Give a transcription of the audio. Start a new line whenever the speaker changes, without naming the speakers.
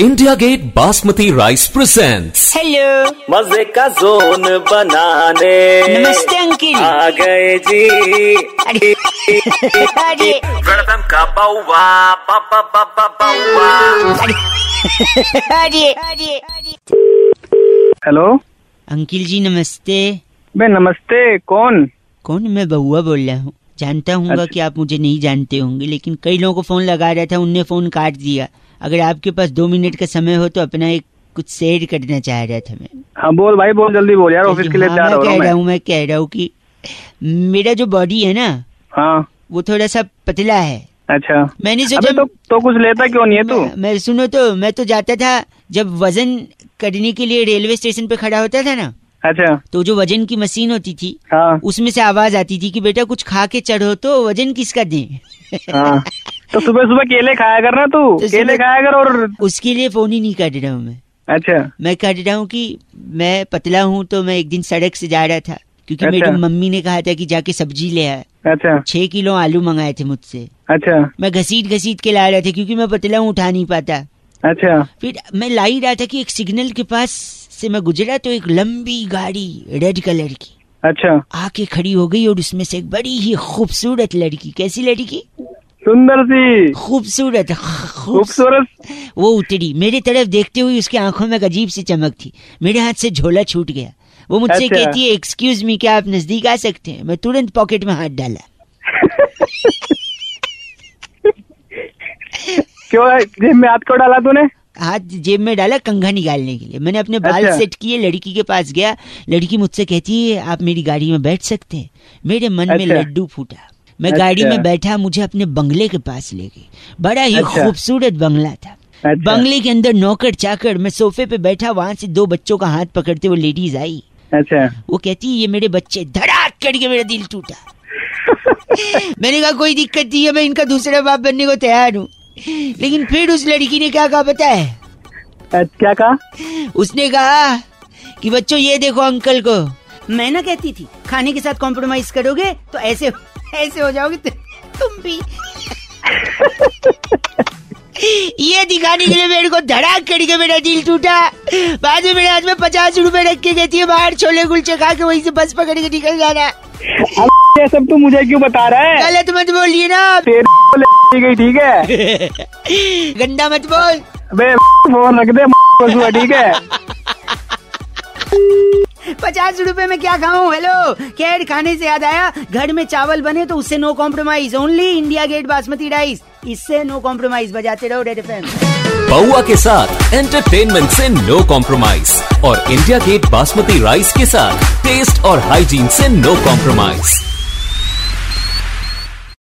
India Gate basmati rice presents
hello
मजे का zone बनाने
नमस्ते अंकिल
आ गए जी
अरे अरे
वेलकम का बाउवा बाबा बाबा बाउवा
अरे अरे
हेलो
अंकिल जी नमस्ते
बे नमस्ते कौन
कौन मैं बहुआ बोल रहा हूँ जानता हूँ
अच्छा।
कि आप मुझे नहीं जानते होंगे लेकिन कई लोगों को फोन लगा रहा था उनने फोन काट दिया अगर आपके पास दो मिनट का समय हो तो अपना एक कुछ शेयर करना चाह रहा था मैं
हाँ बोल भाई बोल जल्दी बोल यार ऑफिस के लिए
हाँ, मैं
तैयार हो रहा
कह
हूँ
रहा
मैं
हूँ मैं कह रहा हूँ कि मेरा जो बॉडी है ना
हाँ
वो थोड़ा सा पतला है
अच्छा
मैंने
अबे
सोचा
तो तो कुछ लेता क्यों नहीं है तू
मैं, मैं सुनो तो मैं तो जाता था जब वजन करने के लिए रेलवे स्टेशन पे खड़ा होता था ना
अच्छा
तो जो वजन की मशीन होती थी
हाँ
उसमें से आवाज आती थी कि बेटा कुछ खा के चढ़ो तो वजन किसका दें
हाँ तो सुबह सुबह केले खाया कर ना तू
अच्छा। तो
केले
सुबह-
खाया कर और
उसके लिए फोन ही नहीं कर रहा हूँ मैं
अच्छा
मैं कर रहा हूँ कि मैं पतला हूँ तो मैं एक दिन सड़क से जा रहा था क्योंकि
अच्छा।
मेरी मम्मी ने कहा था कि जाके सब्जी ले आ
अच्छा
छह किलो आलू मंगाए थे मुझसे
अच्छा
मैं घसीट घसीट के ला रहा था क्योंकि मैं पतला हूँ उठा नहीं पाता
अच्छा
फिर मैं ला ही रहा था कि एक सिग्नल के पास से मैं गुजरा तो एक लंबी गाड़ी रेड कलर की
अच्छा
आके खड़ी हो गई और उसमें से एक बड़ी ही खूबसूरत लड़की कैसी लड़की
सुंदर सी
खूबसूरत खूबसूरत
खूबसूरत
वो उतरी मेरी तरफ देखते हुए उसकी आंखों में एक अजीब सी चमक थी मेरे हाथ से झोला छूट गया वो मुझसे
अच्छा।
कहती है एक्सक्यूज मी क्या आप नजदीक आ सकते हैं मैं तुरंत पॉकेट में हाथ डाला
क्यों जेब में हाथ क्यों डाला तूने
हाथ जेब में डाला कंघा निकालने के लिए मैंने अपने बाल
अच्छा।
सेट किए लड़की के पास गया लड़की मुझसे कहती है आप मेरी गाड़ी में बैठ सकते हैं मेरे मन में
अच्छा।
लड्डू फूटा मैं
अच्छा।
गाड़ी में बैठा मुझे अपने बंगले के पास ले गई बड़ा ही
अच्छा।
खूबसूरत बंगला था
अच्छा।
बंगले के अंदर नौकर चाकर मैं सोफे पे बैठा वहां से दो बच्चों का हाथ पकड़ते हुए लेडीज आई
अच्छा
वो कहती है ये मेरे बच्चे धड़ाक करके मेरा दिल टूटा मैंने कहा कोई दिक्कत नहीं है मैं इनका दूसरा बाप बनने को तैयार हूँ लेकिन फिर उस लड़की ने क्या कहा पता है
अच्छा, क्या कहा
उसने कहा कि बच्चों ये देखो अंकल को मैं ना कहती थी खाने के साथ कॉम्प्रोमाइज करोगे तो ऐसे ऐसे हो जाओगे तु- तुम भी ये दिखाने के लिए मेरे को धड़ाक करके मेरा दिल टूटा बाद में मेरे हाथ में पचास रुपए रख के कहती है बाहर छोले कुलचे खा के वहीं से बस पकड़ के निकल जाना
ये सब तू मुझे क्यों बता रहा है
गलत मत बोलिए ना आप।
तेरी को ले गई ठीक है
गंदा मत बोल
बे फोन रख दे को सुबह, ठीक है
पचास रुपए में क्या खाऊं हेलो कैड खाने से याद आया घर में चावल बने तो उससे no compromise only India Gate basmati rice इससे नो कॉम्प्रोमाइज बजाते रहो रेड एफएम
बउआ के साथ एंटरटेनमेंट से नो कॉम्प्रोमाइज और इंडिया गेट बासमती राइस के साथ टेस्ट और हाइजीन से नो कॉम्प्रोमाइज